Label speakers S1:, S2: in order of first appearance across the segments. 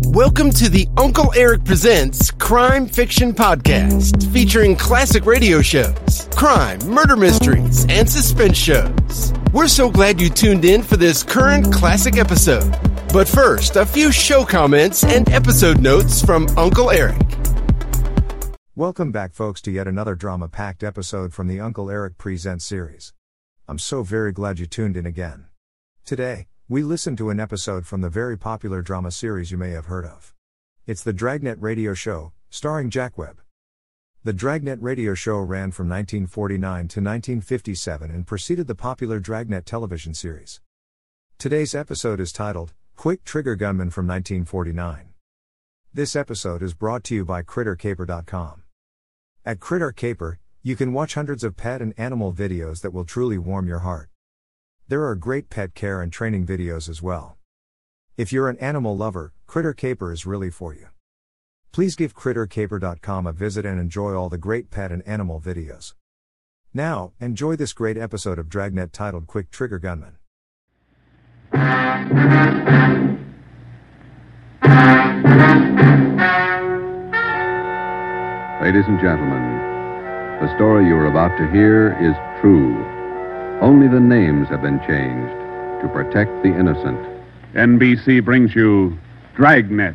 S1: Welcome to the Uncle Eric Presents Crime Fiction Podcast, featuring classic radio shows, crime, murder mysteries, and suspense shows. We're so glad you tuned in for this current classic episode. But first, a few show comments and episode notes from Uncle Eric.
S2: Welcome back, folks, to yet another drama packed episode from the Uncle Eric Presents series. I'm so very glad you tuned in again. Today, we listen to an episode from the very popular drama series you may have heard of. It's the Dragnet Radio Show, starring Jack Webb. The Dragnet Radio Show ran from 1949 to 1957 and preceded the popular Dragnet television series. Today's episode is titled Quick Trigger Gunman from 1949. This episode is brought to you by CritterCaper.com. At Critter Caper, you can watch hundreds of pet and animal videos that will truly warm your heart. There are great pet care and training videos as well. If you're an animal lover, Critter Caper is really for you. Please give CritterCaper.com a visit and enjoy all the great pet and animal videos. Now, enjoy this great episode of Dragnet titled Quick Trigger Gunman.
S3: Ladies and gentlemen, the story you are about to hear is true. Only the names have been changed to protect the innocent.
S4: NBC brings you Dragnet.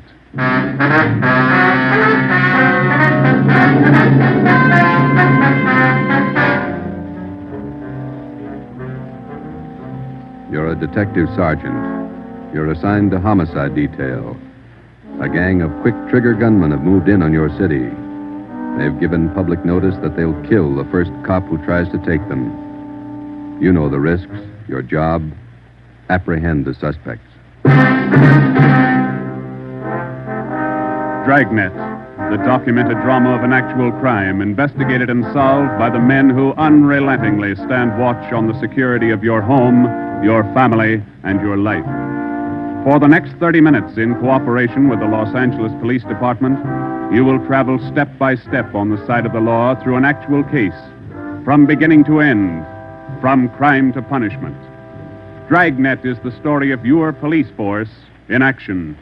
S3: You're a detective sergeant. You're assigned to homicide detail. A gang of quick trigger gunmen have moved in on your city. They've given public notice that they'll kill the first cop who tries to take them. You know the risks, your job. Apprehend the suspects.
S4: Dragnet, the documented drama of an actual crime investigated and solved by the men who unrelentingly stand watch on the security of your home, your family, and your life. For the next 30 minutes, in cooperation with the Los Angeles Police Department, you will travel step by step on the side of the law through an actual case, from beginning to end, from crime to punishment. Dragnet is the story of your police force in action.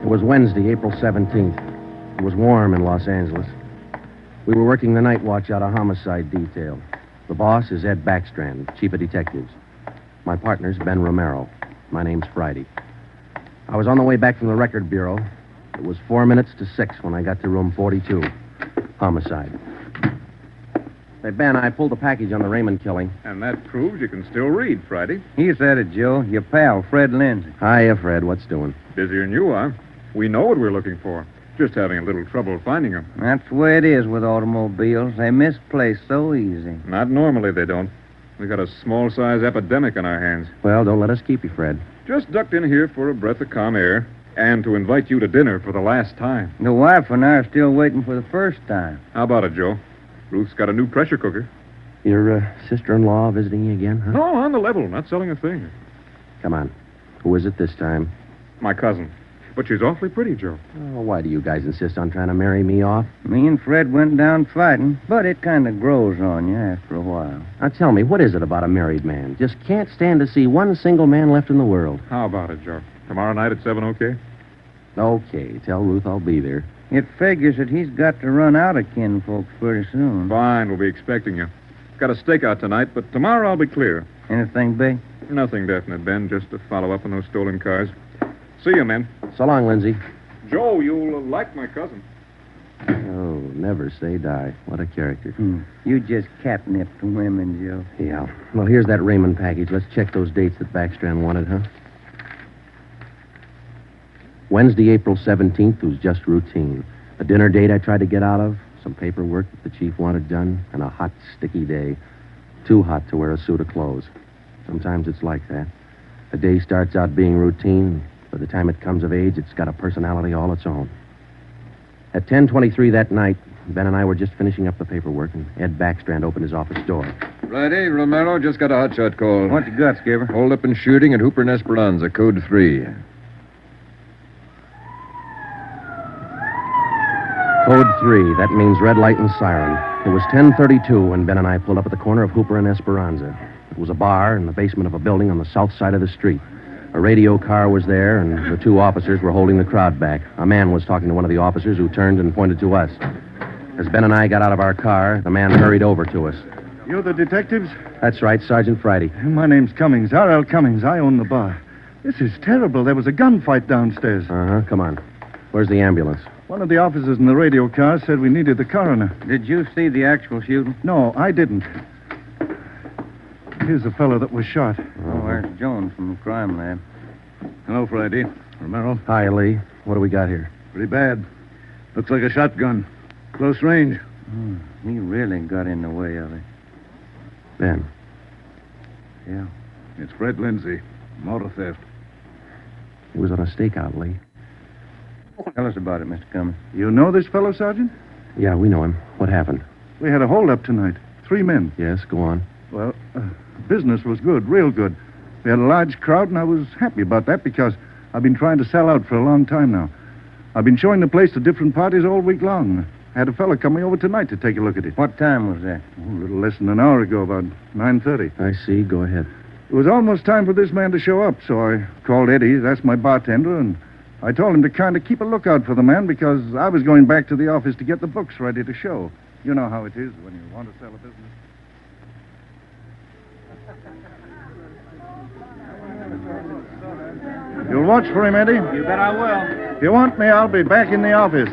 S5: It was Wednesday, April 17th. It was warm in Los Angeles. We were working the night watch out of homicide detail. The boss is Ed Backstrand, chief of detectives. My partner's Ben Romero. My name's Friday. I was on the way back from the record bureau. It was four minutes to six when I got to room 42. Homicide. Hey, Ben, I pulled a package on the Raymond killing.
S4: And that proves you can still read, Friday.
S6: He's at it, Joe. Your pal, Fred Lindsay.
S5: Hiya, Fred. What's doing?
S4: Busier than you are. We know what we're looking for. Just having a little trouble finding them.
S6: That's the way it is with automobiles. They misplace so easy.
S4: Not normally they don't. We got a small size epidemic on our hands.
S5: Well, don't let us keep you, Fred.
S4: Just ducked in here for a breath of calm air and to invite you to dinner for the last time.
S6: The wife and I are still waiting for the first time.
S4: How about it, Joe? Ruth's got a new pressure cooker.
S5: Your uh, sister-in-law visiting you again, huh?
S4: No, on the level, not selling a thing.
S5: Come on. Who is it this time?
S4: My cousin. But she's awfully pretty, Joe.
S5: Oh, why do you guys insist on trying to marry me off?
S6: Me and Fred went down fighting, but it kind of grows on you after a while.
S5: Now tell me, what is it about a married man? Just can't stand to see one single man left in the world.
S4: How about it, Joe? Tomorrow night at 7, okay?
S5: Okay, tell Ruth I'll be there.
S6: It figures that he's got to run out of kinfolk pretty soon.
S4: Fine, we'll be expecting you. Got a stakeout tonight, but tomorrow I'll be clear.
S6: Anything big?
S4: Nothing definite, Ben, just to follow up on those stolen cars. See you, men.
S5: So long, Lindsay.
S4: Joe, you'll like my cousin.
S5: Oh, never say die. What a character.
S6: Hmm. You just catnip the women, Joe.
S5: Yeah. Well, here's that Raymond package. Let's check those dates that Backstrand wanted, huh? Wednesday, April 17th was just routine. A dinner date I tried to get out of, some paperwork that the chief wanted done, and a hot, sticky day. Too hot to wear a suit of clothes. Sometimes it's like that. A day starts out being routine. By the time it comes of age, it's got a personality all its own. At 10:23 that night, Ben and I were just finishing up the paperwork, and Ed Backstrand opened his office door.
S3: Friday, Romero just got a hotshot call.
S6: What you got, Skipper?
S3: Hold up and shooting at Hooper and Esperanza, code three.
S5: Code three. That means red light and siren. It was 10:32 when Ben and I pulled up at the corner of Hooper and Esperanza. was a bar in the basement of a building on the south side of the street. A radio car was there, and the two officers were holding the crowd back. A man was talking to one of the officers who turned and pointed to us. As Ben and I got out of our car, the man hurried over to us.
S7: You're the detectives?
S5: That's right, Sergeant Friday.
S7: My name's Cummings, R.L. Cummings. I own the bar. This is terrible. There was a gunfight downstairs.
S5: Uh huh, come on. Where's the ambulance?
S7: One of the officers in the radio car said we needed the coroner.
S6: Did you see the actual shooting?
S7: No, I didn't. Here's the fellow that was shot.
S6: Oh, there's Jones from the crime lab.
S8: Hello, Friday.
S7: Oh.
S8: Romero.
S5: Hi, Lee. What do we got here?
S8: Pretty bad. Looks like a shotgun. Close range.
S6: Hmm, he really got in the way of it.
S5: Ben.
S6: Yeah.
S8: It's Fred Lindsay. Motor theft.
S5: He was on a stakeout, Lee.
S6: Tell us about it, Mr. Cummings.
S7: You know this fellow, Sergeant?
S5: Yeah, we know him. What happened?
S7: We had a holdup tonight. Three men.
S5: Yes, go on.
S7: Well, uh, business was good, real good. We had a large crowd, and I was happy about that because I've been trying to sell out for a long time now. I've been showing the place to different parties all week long. Had a fellow coming over tonight to take a look at it.
S6: What time was that?
S7: Oh, a little less than an hour ago, about 9.30.
S5: I see. Go ahead.
S7: It was almost time for this man to show up, so I called Eddie, that's my bartender, and I told him to kind of keep a lookout for the man because I was going back to the office to get the books ready to show. You know how it is when you want to sell a business. You'll watch for him, Eddie.
S6: You bet I will.
S7: If you want me, I'll be back in the office.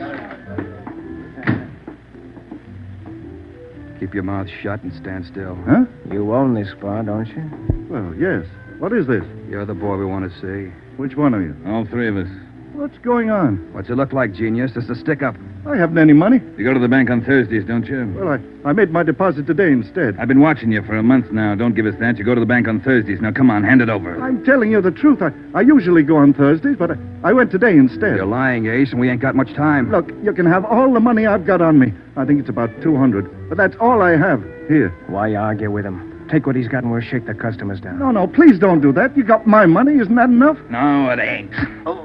S8: Keep your mouth shut and stand still.
S7: Huh?
S6: You own this bar, don't you?
S7: Well, yes. What is this?
S8: You're the boy we want to see.
S7: Which one of you?
S8: All three of us.
S7: What's going on?
S8: What's it look like, genius? Just a stick up.
S7: I haven't any money.
S8: You go to the bank on Thursdays, don't you?
S7: Well, I, I made my deposit today instead.
S8: I've been watching you for a month now. Don't give us that. You go to the bank on Thursdays. Now, come on, hand it over.
S7: I'm telling you the truth. I, I usually go on Thursdays, but I, I went today instead.
S8: You're lying, Ace, and we ain't got much time.
S7: Look, you can have all the money I've got on me. I think it's about 200, but that's all I have. Here.
S9: Why argue with him? Take what he's got and we'll shake the customers down.
S7: No, no, please don't do that. You got my money. Isn't that enough?
S8: No, it ain't. Oh.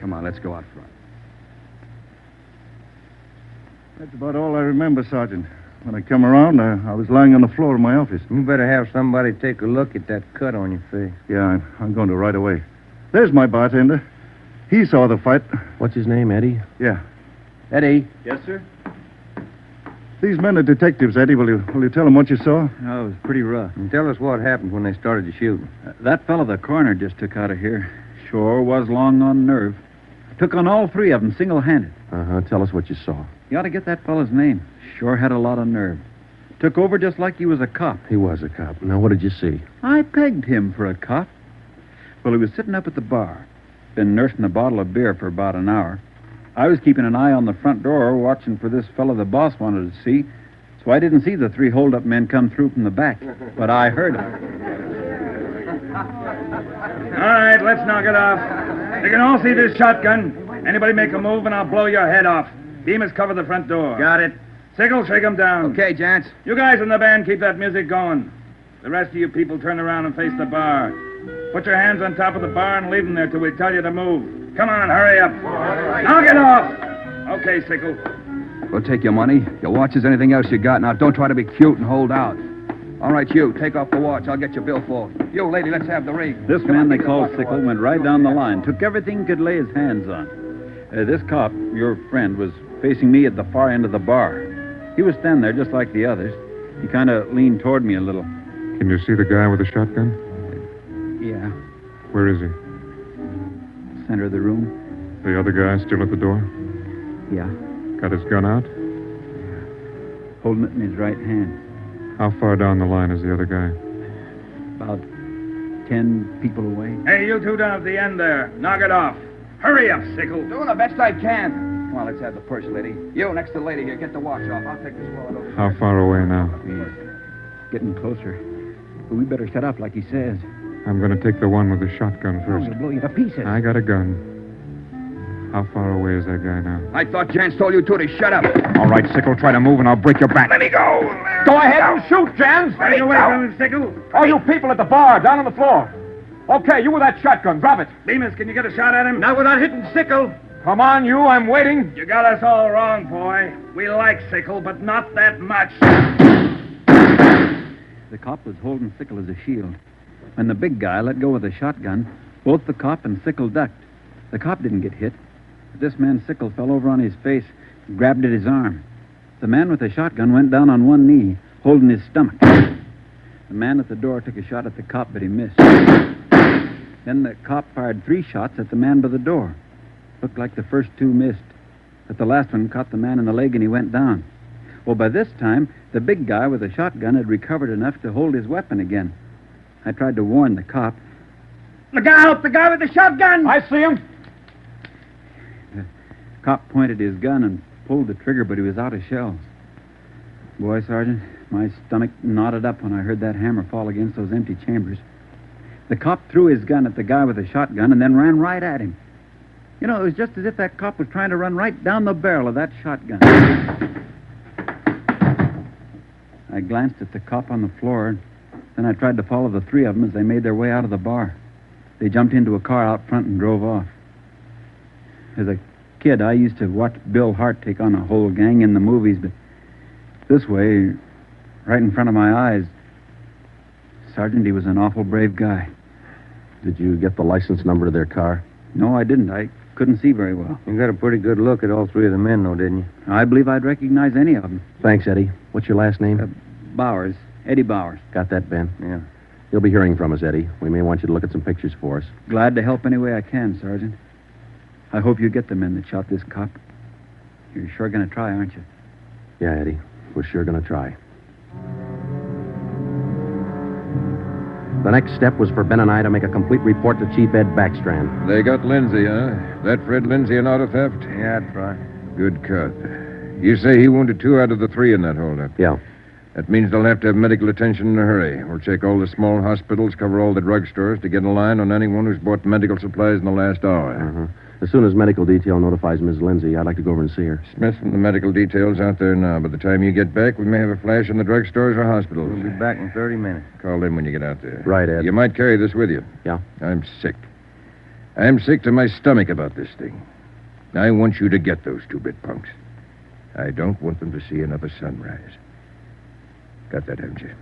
S8: Come on, let's go out front.
S7: That's about all I remember, Sergeant. When I come around, uh, I, I was lying on the floor of my office.
S6: You better have somebody take a look at that cut on your face.
S7: Yeah, I'm, I'm going to right away. There's my bartender. He saw the fight.
S5: What's his name, Eddie?
S7: Yeah.
S5: Eddie.
S8: Yes, sir?
S7: These men are detectives, Eddie. Will you, will you tell them what you saw?
S8: No,
S6: Oh,
S8: it was pretty rough.
S6: And tell us what happened when they started to shoot.
S8: Uh, that fellow the coroner just took out of here sure was long on nerve. Took on all three of them single handed.
S5: Uh huh. Tell us what you saw.
S8: You ought to get that fellow's name. Sure had a lot of nerve. Took over just like he was a cop.
S5: He was a cop. Now, what did you see?
S8: I pegged him for a cop. Well, he was sitting up at the bar. Been nursing a bottle of beer for about an hour. I was keeping an eye on the front door, watching for this fellow the boss wanted to see. So I didn't see the three holdup men come through from the back, but I heard 'em.
S10: All right, let's knock it off. You can all see this shotgun. Anybody make a move, and I'll blow your head off. Beamers cover the front door.
S6: Got it.
S10: Sickle, shake 'em down.
S6: Okay, gents.
S10: You guys in the band keep that music going. The rest of you people turn around and face the bar. Put your hands on top of the bar and leave them there till we tell you to move. Come on, hurry up. Knock it off. Okay, Sickle.
S8: We'll take your money, your watches, anything else you got. Now, don't try to be cute and hold out. All right, you, take off the watch. I'll get your billfold. You, lady, let's have the ring.
S11: This man they called Sickle went right down the line, took everything he could lay his hands on. Uh, this cop, your friend, was facing me at the far end of the bar. He was standing there just like the others. He kind of leaned toward me a little.
S12: Can you see the guy with the shotgun?
S11: Yeah.
S12: Where is he?
S11: Center of the room.
S12: The other guy still at the door?
S11: Yeah.
S12: Got his gun out?
S11: Holding it in his right hand.
S12: How far down the line is the other guy?
S11: About ten people away.
S10: Hey, you two down at the end there. Knock it off. Hurry up, Sickle.
S8: Doing the best I can. Come on, let's have the purse, lady. You, next to the lady here, get the watch off. I'll take this wallet over.
S12: How far away now?
S11: He's getting closer. But we better set up like he says.
S12: I'm going to take the one with the shotgun
S11: Oh,
S12: first.
S11: he'll blow you to pieces.
S12: I got a gun. How far away is that guy now?
S8: I thought Jans told you two to shut up.
S12: All right, Sickle, try to move and I'll break your back.
S10: Let me go.
S11: Go ahead and shoot, Jans!
S10: Stay away from him, Sickle.
S11: All you people at the bar, down on the floor. Okay, you with that shotgun, grab it.
S10: Bemis, can you get a shot at him?
S8: Now without hitting Sickle.
S11: Come on, you, I'm waiting.
S10: You got us all wrong, boy. We like Sickle, but not that much.
S11: The cop was holding Sickle as a shield. When the big guy let go with a shotgun, both the cop and Sickle ducked. The cop didn't get hit. But this man Sickle fell over on his face, grabbed at his arm. The man with the shotgun went down on one knee, holding his stomach. The man at the door took a shot at the cop, but he missed. Then the cop fired three shots at the man by the door. Looked like the first two missed, but the last one caught the man in the leg and he went down. Well, by this time, the big guy with the shotgun had recovered enough to hold his weapon again. I tried to warn the cop.
S10: Look out! The guy with the shotgun! I see him.
S11: Cop pointed his gun and pulled the trigger, but he was out of shells. Boy, Sergeant, my stomach knotted up when I heard that hammer fall against those empty chambers. The cop threw his gun at the guy with the shotgun and then ran right at him. You know, it was just as if that cop was trying to run right down the barrel of that shotgun. I glanced at the cop on the floor, and then I tried to follow the three of them as they made their way out of the bar. They jumped into a car out front and drove off. As a kid, I used to watch Bill Hart take on a whole gang in the movies, but this way, right in front of my eyes, Sergeant, he was an awful brave guy.
S5: Did you get the license number of their car?
S11: No, I didn't. I couldn't see very well.
S6: You got a pretty good look at all three of the men, though, didn't you?
S11: I believe I'd recognize any of them.
S5: Thanks, Eddie. What's your last name?
S11: Uh, Bowers. Eddie Bowers.
S5: Got that, Ben?
S11: Yeah.
S5: You'll be hearing from us, Eddie. We may want you to look at some pictures for us.
S11: Glad to help any way I can, Sergeant. I hope you get the men that shot this cop. You're sure going to try, aren't you?
S5: Yeah, Eddie. We're sure going to try. The next step was for Ben and I to make a complete report to Chief Ed Backstrand.
S13: They got Lindsay, huh? That Fred Lindsay an auto theft?
S6: Yeah, that's right.
S13: Good cut. You say he wounded two out of the three in that holdup?
S5: Yeah.
S13: That means they'll have to have medical attention in a hurry. We'll check all the small hospitals, cover all the drugstores to get in line on anyone who's bought medical supplies in the last hour.
S5: Uh-huh. As soon as medical detail notifies Miss Lindsay, I'd like to go over and see her.
S13: Smith from the medical detail's out there now. By the time you get back, we may have a flash in the drugstores or hospitals.
S6: We'll be back in 30 minutes.
S13: Call in when you get out there.
S5: Right, Ed.
S13: You might carry this with you.
S5: Yeah?
S13: I'm sick. I'm sick to my stomach about this thing. I want you to get those two bit punks. I don't want them to see another sunrise. Got that, haven't you?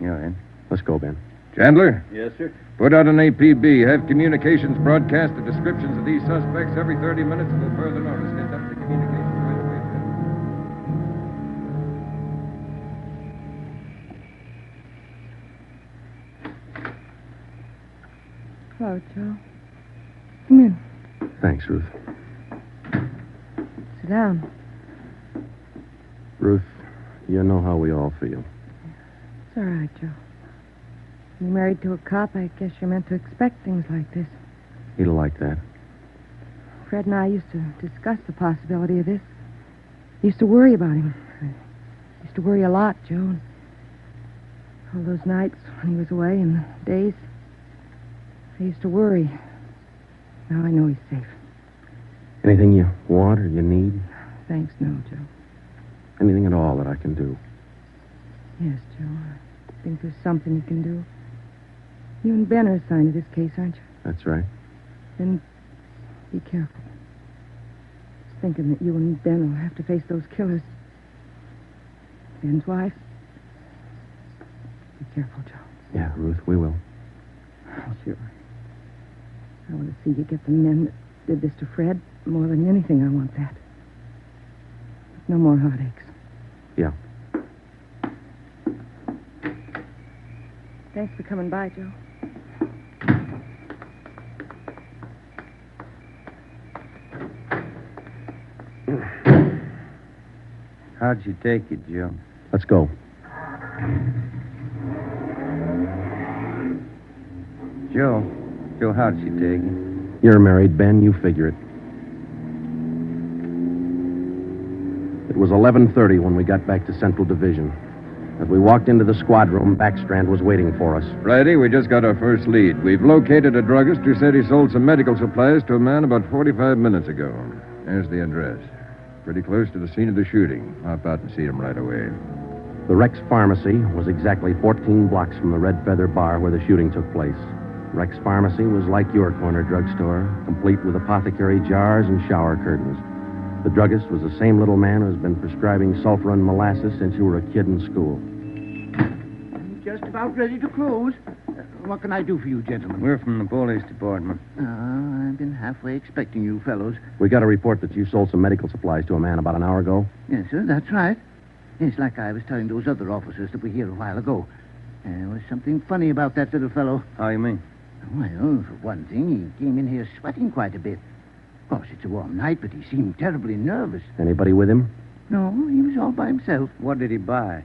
S6: Yeah, Ed.
S5: Let's go, Ben.
S13: Chandler?
S11: Yes, sir.
S13: Put out an APB. Have communications broadcast the descriptions of these suspects every 30 minutes until further notice. Get up the communications.
S14: Hello, Joe. Come in.
S5: Thanks, Ruth.
S14: Sit down.
S5: Ruth, you know how we all feel.
S14: It's all right, Joe. When you're married to a cop, I guess you're meant to expect things like this.
S5: He'll like that.
S14: Fred and I used to discuss the possibility of this. I used to worry about him. I used to worry a lot, Joe. All those nights when he was away and the days. I used to worry. Now I know he's safe.
S5: Anything you want or you need?
S14: Thanks, no, Joe.
S5: Anything at all that I can do?
S14: Yes, Joe. I think there's something you can do. You and Ben are assigned to this case, aren't you?
S5: That's right.
S14: Then be careful. Just thinking that you and Ben will have to face those killers. Ben's wife. Be careful, Joe.
S5: Yeah, Ruth, we will.
S14: Oh, sure. I want to see you get the men that did this to Fred. More than anything, I want that. No more heartaches.
S5: Yeah.
S14: Thanks for coming by, Joe.
S6: How'd you take it, Joe?
S5: Let's go.
S6: Joe. Joe, how'd she take it?
S5: You're married, Ben. You figure it. It was 11.30 when we got back to Central Division. As we walked into the squad room, Backstrand was waiting for us.
S13: Friday, we just got our first lead. We've located a druggist who said he sold some medical supplies to a man about 45 minutes ago. There's the address. Pretty close to the scene of the shooting. Hop out and see him right away.
S5: The Rex Pharmacy was exactly 14 blocks from the Red Feather Bar where the shooting took place. Rex Pharmacy was like your corner drugstore, complete with apothecary jars and shower curtains. The druggist was the same little man who's been prescribing sulfur and molasses since you were a kid in school.
S15: just about ready to close. Uh, what can I do for you, gentlemen?
S6: We're from the police department.
S15: Ah, I've been halfway expecting you fellows.
S5: We got a report that you sold some medical supplies to a man about an hour ago.
S15: Yes, sir, that's right. It's like I was telling those other officers that were here a while ago. There was something funny about that little fellow.
S6: How you mean?
S15: Well, for one thing, he came in here sweating quite a bit. Of course, it's a warm night, but he seemed terribly nervous.
S5: Anybody with him?
S15: No, he was all by himself.
S6: What did he buy?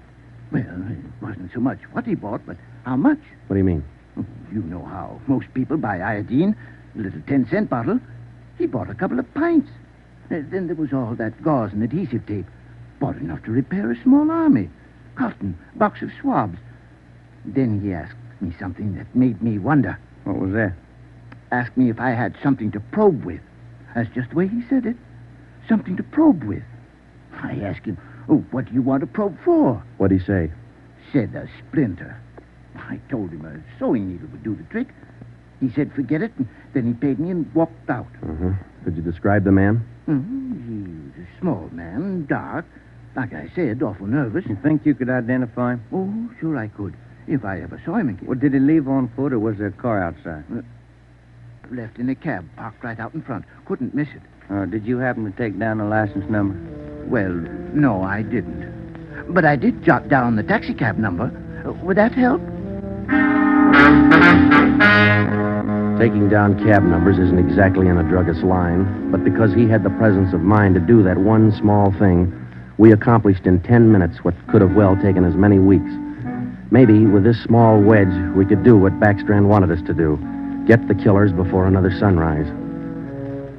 S15: Well, it wasn't so much what he bought, but how much.
S5: What do you mean?
S15: You know how most people buy iodine, a little 10 cent bottle. He bought a couple of pints. Uh, Then there was all that gauze and adhesive tape. Bought enough to repair a small army. Cotton, box of swabs. Then he asked me something that made me wonder.
S6: What was that?
S15: Asked me if I had something to probe with. That's just the way he said it. Something to probe with. I asked him, Oh, what do you want to probe for?
S5: What'd he say?
S15: Said a splinter. I told him a sewing needle would do the trick. He said, Forget it, and then he paid me and walked out.
S5: Uh-huh. Could you describe the man?
S15: Mhm. He was a small man, dark. Like I said, awful nervous.
S6: You think you could identify him?
S15: Oh, sure I could, if I ever saw him again.
S6: Well, did he leave on foot or was there a car outside?
S15: Left in a cab parked right out in front. Couldn't miss it.
S6: Uh, did you happen to take down the license number?
S15: Well, no, I didn't. But I did jot down the taxicab number. Uh, Would that help?
S5: Taking down cab numbers isn't exactly in a druggist's line, but because he had the presence of mind to do that one small thing, we accomplished in ten minutes what could have well taken as many weeks. Maybe with this small wedge, we could do what Backstrand wanted us to do get the killers before another sunrise.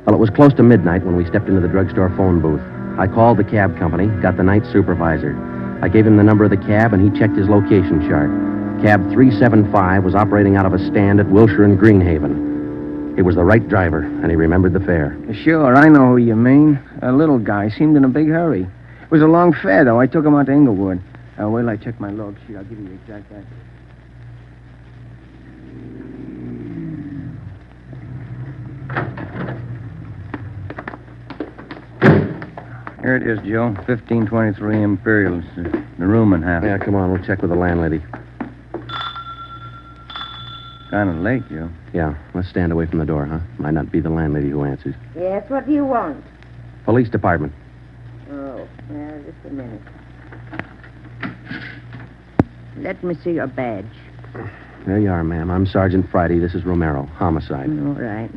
S5: Well, it was close to midnight when we stepped into the drugstore phone booth. I called the cab company, got the night supervisor. I gave him the number of the cab, and he checked his location chart. Cab 375 was operating out of a stand at Wilshire and Greenhaven. It was the right driver, and he remembered the fare.
S9: Sure, I know who you mean. A little guy. Seemed in a big hurry. It was a long fare, though. I took him out to Inglewood. Uh, wait till I check my log sheet. I'll give you the exact address. Here it is, Joe. 1523 Imperial. It's
S6: uh,
S9: the- The room and house.
S5: Yeah, come on, we'll check with the landlady.
S6: Kind of late, Joe.
S5: Yeah, let's stand away from the door, huh? Might not be the landlady who answers.
S16: Yes, what do you want?
S5: Police department.
S16: Oh, well, just a minute. Let me see your badge.
S5: There you are, ma'am. I'm Sergeant Friday. This is Romero. Homicide.
S16: All right.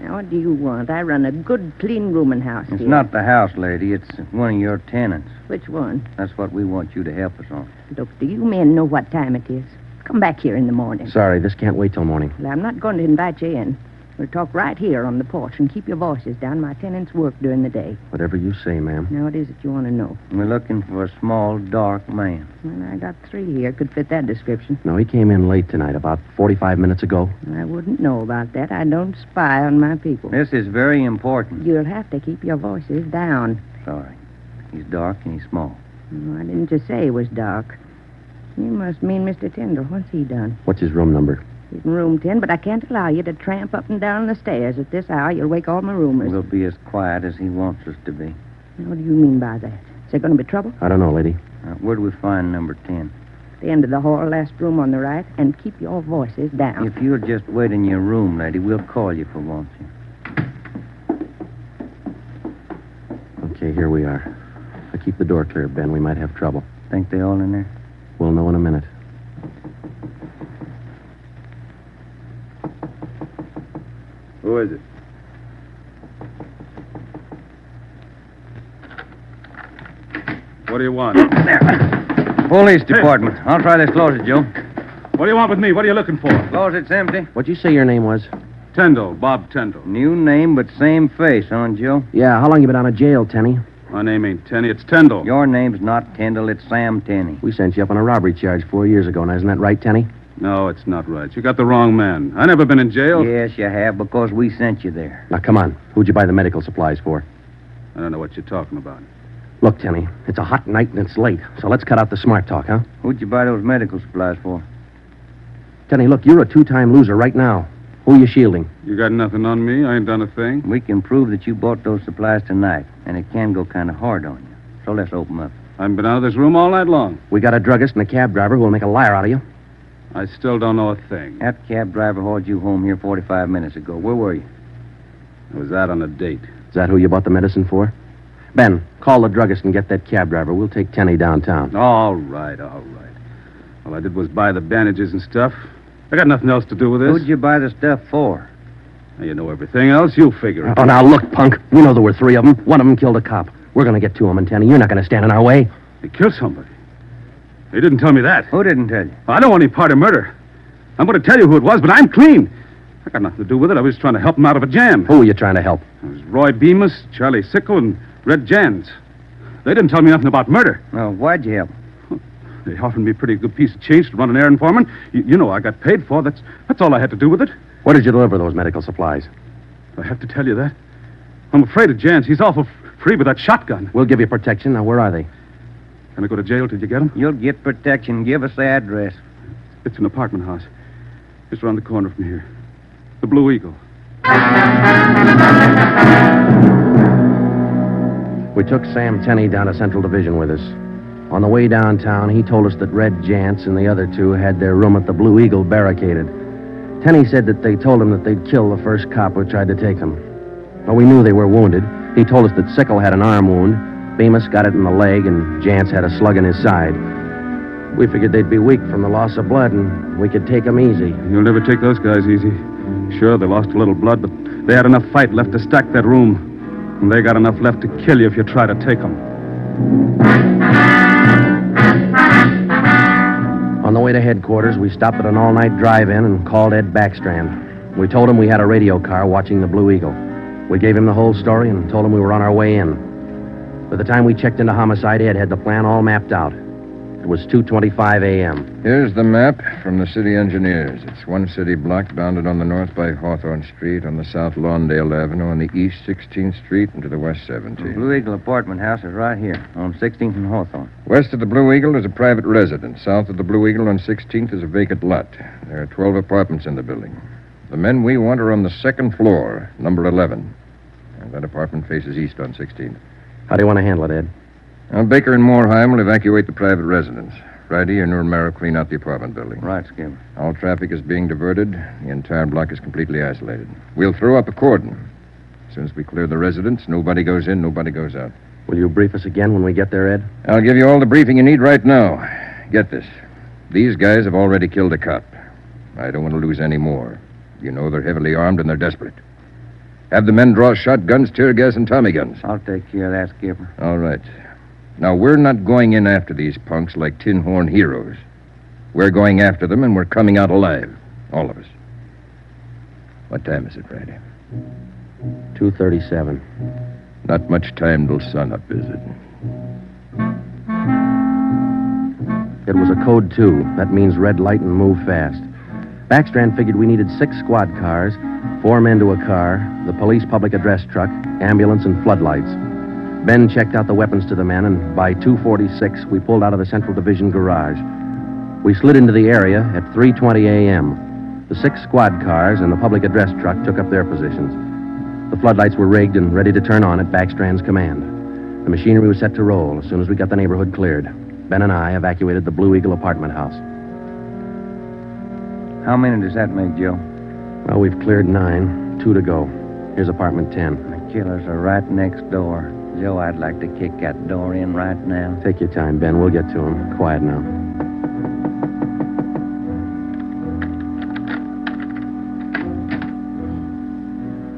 S16: Now, what do you want? I run a good, clean rooming house
S6: It's
S16: here.
S6: not the house, lady. It's one of your tenants.
S16: Which one?
S6: That's what we want you to help us on.
S16: Look, do you men know what time it is? Come back here in the morning.
S5: Sorry, this can't wait till morning.
S16: Well, I'm not going to invite you in. We'll talk right here on the porch and keep your voices down. My tenants work during the day.
S5: Whatever you say, ma'am.
S16: Now, what is it you want to know?
S6: We're looking for a small, dark man.
S16: Well, I got three here could fit that description.
S5: No, he came in late tonight, about 45 minutes ago.
S16: I wouldn't know about that. I don't spy on my people.
S6: This is very important.
S16: You'll have to keep your voices down.
S6: Sorry. He's dark and he's small.
S16: Why didn't you say it was dark? You must mean Mr. Tyndall. What's he done?
S5: What's his room number?
S16: He's in room 10, but I can't allow you to tramp up and down the stairs at this hour. You'll wake all my roomers.
S6: We'll be as quiet as he wants us to be.
S16: What do you mean by that? Is there going to be trouble?
S5: I don't know, lady.
S6: Uh, where do we find number 10?
S16: The end of the hall, last room on the right, and keep your voices down.
S6: If you'll just wait in your room, lady, we'll call you for once.
S5: Okay, here we are. If I keep the door clear, Ben, we might have trouble.
S6: Think they all in there?
S5: We'll know in a minute.
S17: Who is it? What do you want?
S6: Police department. I'll try this closet, Joe.
S17: What do you want with me? What are you looking for?
S6: Closet's empty.
S5: What'd you say your name was?
S17: Tyndall, Bob Tyndall.
S6: New name, but same face, huh, Joe?
S5: Yeah, how long you been out of jail, Tenny?
S17: My name ain't Tenny, it's Tyndall.
S6: Your name's not Tyndall, it's Sam Tenney.
S5: We sent you up on a robbery charge four years ago. Now, isn't that right, Tenny?
S17: No, it's not right. You got the wrong man. I never been in jail.
S6: Yes, you have, because we sent you there.
S5: Now, come on. Who'd you buy the medical supplies for?
S17: I don't know what you're talking about.
S5: Look, Tenny, it's a hot night and it's late, so let's cut out the smart talk, huh?
S6: Who'd you buy those medical supplies for?
S5: Tenny, look, you're a two time loser right now. Who are you shielding?
S17: You got nothing on me? I ain't done a thing.
S6: We can prove that you bought those supplies tonight, and it can go kind of hard on you. So let's open up.
S17: I haven't been out of this room all night long.
S5: We got a druggist and a cab driver who'll make a liar out of you.
S17: I still don't know a thing.
S6: That cab driver hauled you home here 45 minutes ago. Where were you?
S17: I was out on a date.
S5: Is that who you bought the medicine for? Ben, call the druggist and get that cab driver. We'll take Tenny downtown.
S17: All right, all right. All I did was buy the bandages and stuff. I got nothing else to do with this.
S6: Who'd you buy the stuff for?
S17: Now you know everything else. You figure it.
S5: Oh, now look, punk. We know there were three of them. One of them killed a cop. We're going to get to him, and Tenny, you're not going to stand in our way.
S17: They killed somebody. They didn't tell me that.
S6: Who didn't tell you?
S17: I don't want any part of murder. I'm going to tell you who it was, but I'm clean. I got nothing to do with it. I was just trying to help him out of a jam.
S5: Who were you trying to help?
S17: It was Roy Bemis, Charlie Sickle, and Red Jans. They didn't tell me nothing about murder.
S6: Well, why'd you help?
S17: They offered me a pretty good piece of change to run an errand for me. You, you know I got paid for. That's that's all I had to do with it.
S5: Where did you deliver those medical supplies?
S17: I have to tell you that. I'm afraid of Jans. He's awful f- free with that shotgun.
S5: We'll give you protection. Now, where are they?
S17: Can I go to jail till you get him?
S6: You'll get protection. Give us the address.
S17: It's an apartment house. Just around the corner from here. The Blue Eagle.
S5: We took Sam Tenney down to Central Division with us. On the way downtown, he told us that Red Jantz and the other two had their room at the Blue Eagle barricaded. Tenney said that they told him that they'd kill the first cop who tried to take them. But we knew they were wounded. He told us that Sickle had an arm wound, Bemis got it in the leg, and Jantz had a slug in his side. We figured they'd be weak from the loss of blood, and we could take them easy.
S17: You'll never take those guys easy. Sure, they lost a little blood, but they had enough fight left to stack that room. And they got enough left to kill you if you try to take them.
S5: On the way to headquarters, we stopped at an all night drive in and called Ed Backstrand. We told him we had a radio car watching the Blue Eagle. We gave him the whole story and told him we were on our way in. By the time we checked into homicide, Ed had the plan all mapped out. It was 2:25 a.m.
S13: Here's the map from the city engineers. It's one city block bounded on the north by Hawthorne Street, on the south Lawndale Avenue, on the east 16th Street, and to the west 17th.
S6: The Blue E- Eagle apartment house is right here on 16th and Hawthorne.
S13: West of the Blue Eagle is a private residence. South of the Blue Eagle on 16th is a vacant lot. There are 12 apartments in the building. The men we want are on the second floor, number 11. And that apartment faces east on 16th.
S5: How do you want to handle it, Ed?
S13: Now, Baker and Moorheim will evacuate the private residence. Friday, you and Romero clean out the apartment building.
S6: Right, Skipper.
S13: All traffic is being diverted. The entire block is completely isolated. We'll throw up a cordon. As soon as we clear the residence, nobody goes in, nobody goes out.
S5: Will you brief us again when we get there, Ed?
S13: I'll give you all the briefing you need right now. Get this. These guys have already killed a cop. I don't want to lose any more. You know they're heavily armed and they're desperate. Have the men draw shotguns, tear gas, and Tommy guns.
S6: I'll take care of that, Skipper.
S13: All right. Now, we're not going in after these punks like tin horn heroes. We're going after them, and we're coming out alive. All of us. What time is it, Friday?
S5: 2:37.
S13: Not much time till sunup, is it?
S5: It was a code two. That means red light and move fast. Backstrand figured we needed six squad cars, four men to a car, the police public address truck, ambulance, and floodlights. Ben checked out the weapons to the men, and by 2:46 we pulled out of the Central Division garage. We slid into the area at 3:20 a.m. The six squad cars and the public address truck took up their positions. The floodlights were rigged and ready to turn on at Backstrand's command. The machinery was set to roll as soon as we got the neighborhood cleared. Ben and I evacuated the Blue Eagle apartment house.
S6: How many does that make, Joe?
S5: Well, we've cleared nine, two to go. Here's apartment 10.
S6: The killers are right next door. Joe, I'd like to kick that door in right now.
S5: Take your time, Ben. We'll get to him. Quiet now.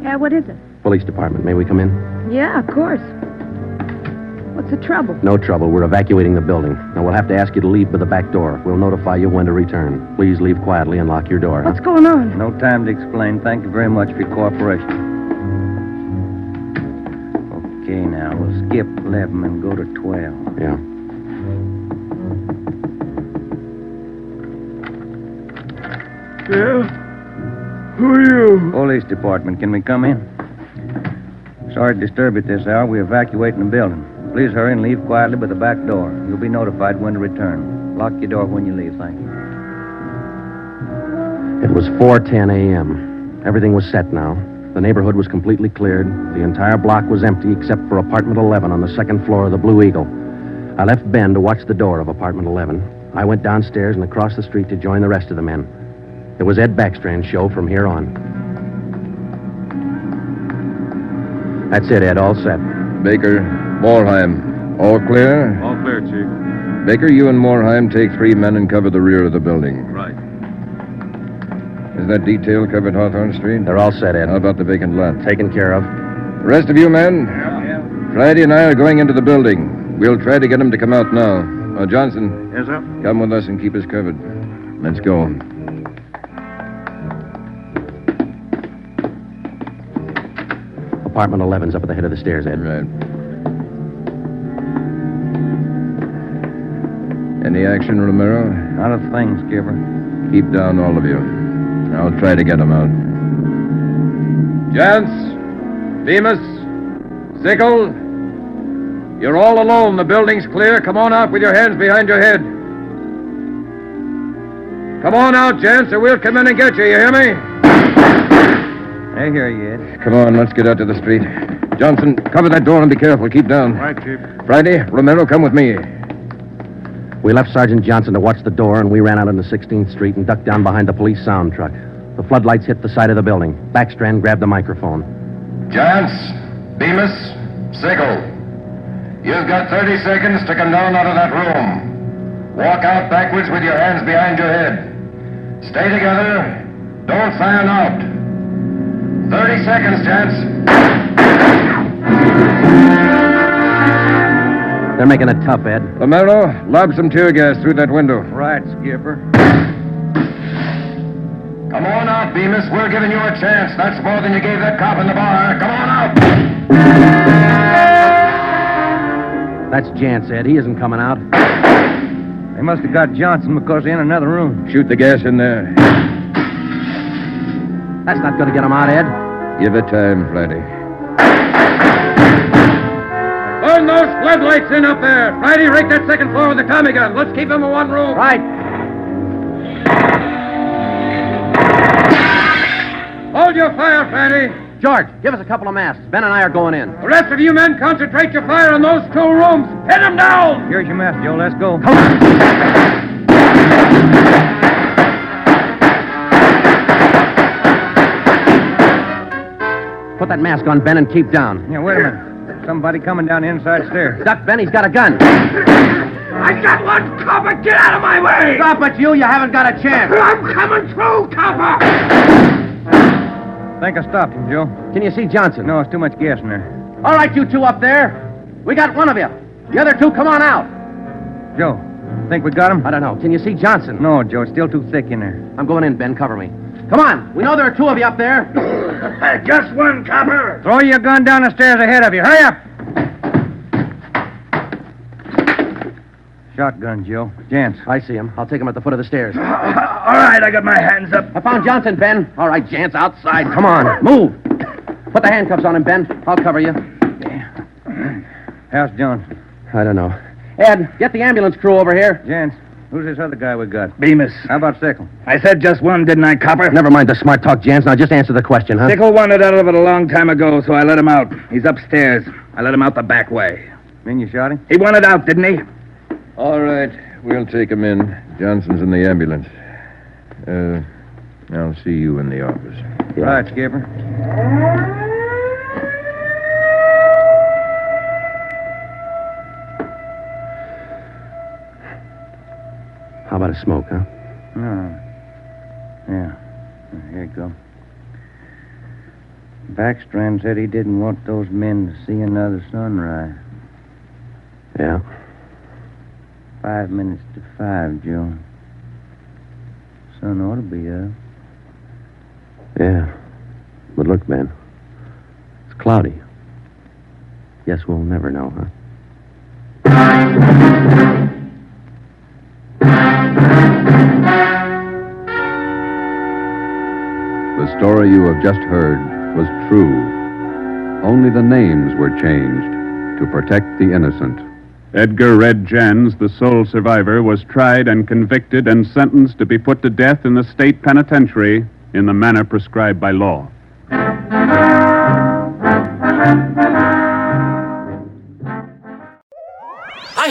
S14: Yeah, what is it?
S5: Police department, may we come in?
S14: Yeah, of course. What's the trouble?
S5: No trouble. We're evacuating the building. Now, we'll have to ask you to leave by the back door. We'll notify you when to return. Please leave quietly and lock your door. huh?
S14: What's going on?
S6: No time to explain. Thank you very much for your cooperation. Okay, now we'll skip 11 and go to 12.
S5: Yeah.
S12: Bill? Who are you?
S6: Police department, can we come in? Sorry to disturb you at this hour. We're evacuating the building. Please hurry and leave quietly by the back door. You'll be notified when to return. Lock your door when you leave, thank you.
S5: It was 4:10 a.m. Everything was set now. The neighborhood was completely cleared. The entire block was empty except for apartment 11 on the second floor of the Blue Eagle. I left Ben to watch the door of apartment 11. I went downstairs and across the street to join the rest of the men. It was Ed Backstrand's show from here on. That's it, Ed. All set.
S13: Baker, Morheim, all clear?
S17: All clear, Chief.
S13: Baker, you and Morheim take three men and cover the rear of the building.
S17: Right.
S13: Is that detail covered Hawthorne Street?
S5: They're all set, Ed.
S13: How about the vacant lot?
S5: Taken care of.
S13: The rest of you men? Friday and I are going into the building. We'll try to get him to come out now. Uh, Johnson,
S7: Yes, sir.
S13: come with us and keep us covered. Let's go.
S5: Apartment 11's up at the head of the stairs, Ed.
S13: Right. Any action, Romero?
S6: Not a thing, Skipper.
S13: Keep down, all of you. I'll try to get him out. Jance, Bemis, Sickle, you're all alone. The building's clear. Come on out with your hands behind your head. Come on out, Jance, or we'll come in and get you. You hear me?
S6: I hear you, Ed.
S13: Come on, let's get out to the street. Johnson, cover that door and be careful. Keep down.
S7: Right, Chief.
S13: Friday, Romero, come with me.
S5: We left Sergeant Johnson to watch the door, and we ran out into 16th Street and ducked down behind the police sound truck. The floodlights hit the side of the building. Backstrand grabbed the microphone.
S18: Giants, Bemis, Sickle. You've got 30 seconds to come down out of that room. Walk out backwards with your hands behind your head. Stay together. Don't fan out. 30 seconds, Chance.
S5: They're making it tough, Ed.
S13: Romero, lob some tear gas through that window.
S6: Right, Skipper.
S18: Come on out, Bemis. We're giving you a chance. That's more than you gave that cop in the bar. Come on out.
S5: That's Jance, Ed. He isn't coming out.
S6: They must have got Johnson because they're in another room.
S13: Shoot the gas in there.
S5: That's not going to get him out, Ed.
S13: Give it time, Friday.
S18: Burn those floodlights in up there. Friday, rake that second floor with a Tommy gun. Let's keep him in one room.
S5: Right.
S18: Hold your fire, Friday.
S5: George, give us a couple of masks. Ben and I are going in.
S18: The rest of you men, concentrate your fire on those two rooms. Hit them down.
S6: Here's your mask, Joe. Let's go.
S5: Put that mask on, Ben, and keep down.
S6: Yeah, wait a minute. Somebody coming down the inside stairs.
S5: Duck, Ben. He's got a gun.
S18: I got one copper. Get out of my way.
S5: Stop it, you. You haven't got a chance.
S18: I'm coming through, copper.
S6: Think I stopped him, Joe.
S5: Can you see Johnson?
S6: No, it's too much gas in there.
S5: All right, you two up there. We got one of you. The other two, come on out.
S6: Joe, think we got him?
S5: I don't know. Can you see Johnson?
S6: No, Joe. It's still too thick in there.
S5: I'm going in, Ben. Cover me. Come on. We know there are two of you up there.
S18: Just one copper.
S6: Throw your gun down the stairs ahead of you. Hurry up. Shotgun, Joe. Jance.
S5: I see him. I'll take him at the foot of the stairs.
S18: All right, I got my hands up.
S5: I found Johnson, Ben. All right, Jance, outside. Come on, move. Put the handcuffs on him, Ben. I'll cover you.
S6: How's Johnson?
S5: I don't know. Ed, get the ambulance crew over here.
S6: Jance. Who's this other guy we got?
S10: Bemis.
S6: How about Sickle?
S10: I said just one, didn't I, copper?
S5: Never mind the smart talk, Jance. Now just answer the question, huh?
S10: Sickle wanted out of it a long time ago, so I let him out. He's upstairs. I let him out the back way.
S6: Mean you shot him?
S10: He wanted out, didn't he?
S8: Oh,
S13: All right, we'll take him in. Johnson's in the ambulance. Uh, I'll see you in the office.
S5: Yeah.
S6: Right, Skipper.
S5: How about a smoke, huh?
S6: No. Yeah. Here you go. Backstrand said he didn't want those men to see another sunrise.
S5: Yeah.
S6: Five minutes to five, Joe. Sun ought to be up.
S5: Yeah. But look, Ben. It's cloudy. Guess we'll never know, huh?
S3: The story you have just heard was true. Only the names were changed to protect the innocent.
S4: Edgar Red Jans, the sole survivor, was tried and convicted and sentenced to be put to death in the state penitentiary in the manner prescribed by law.
S1: I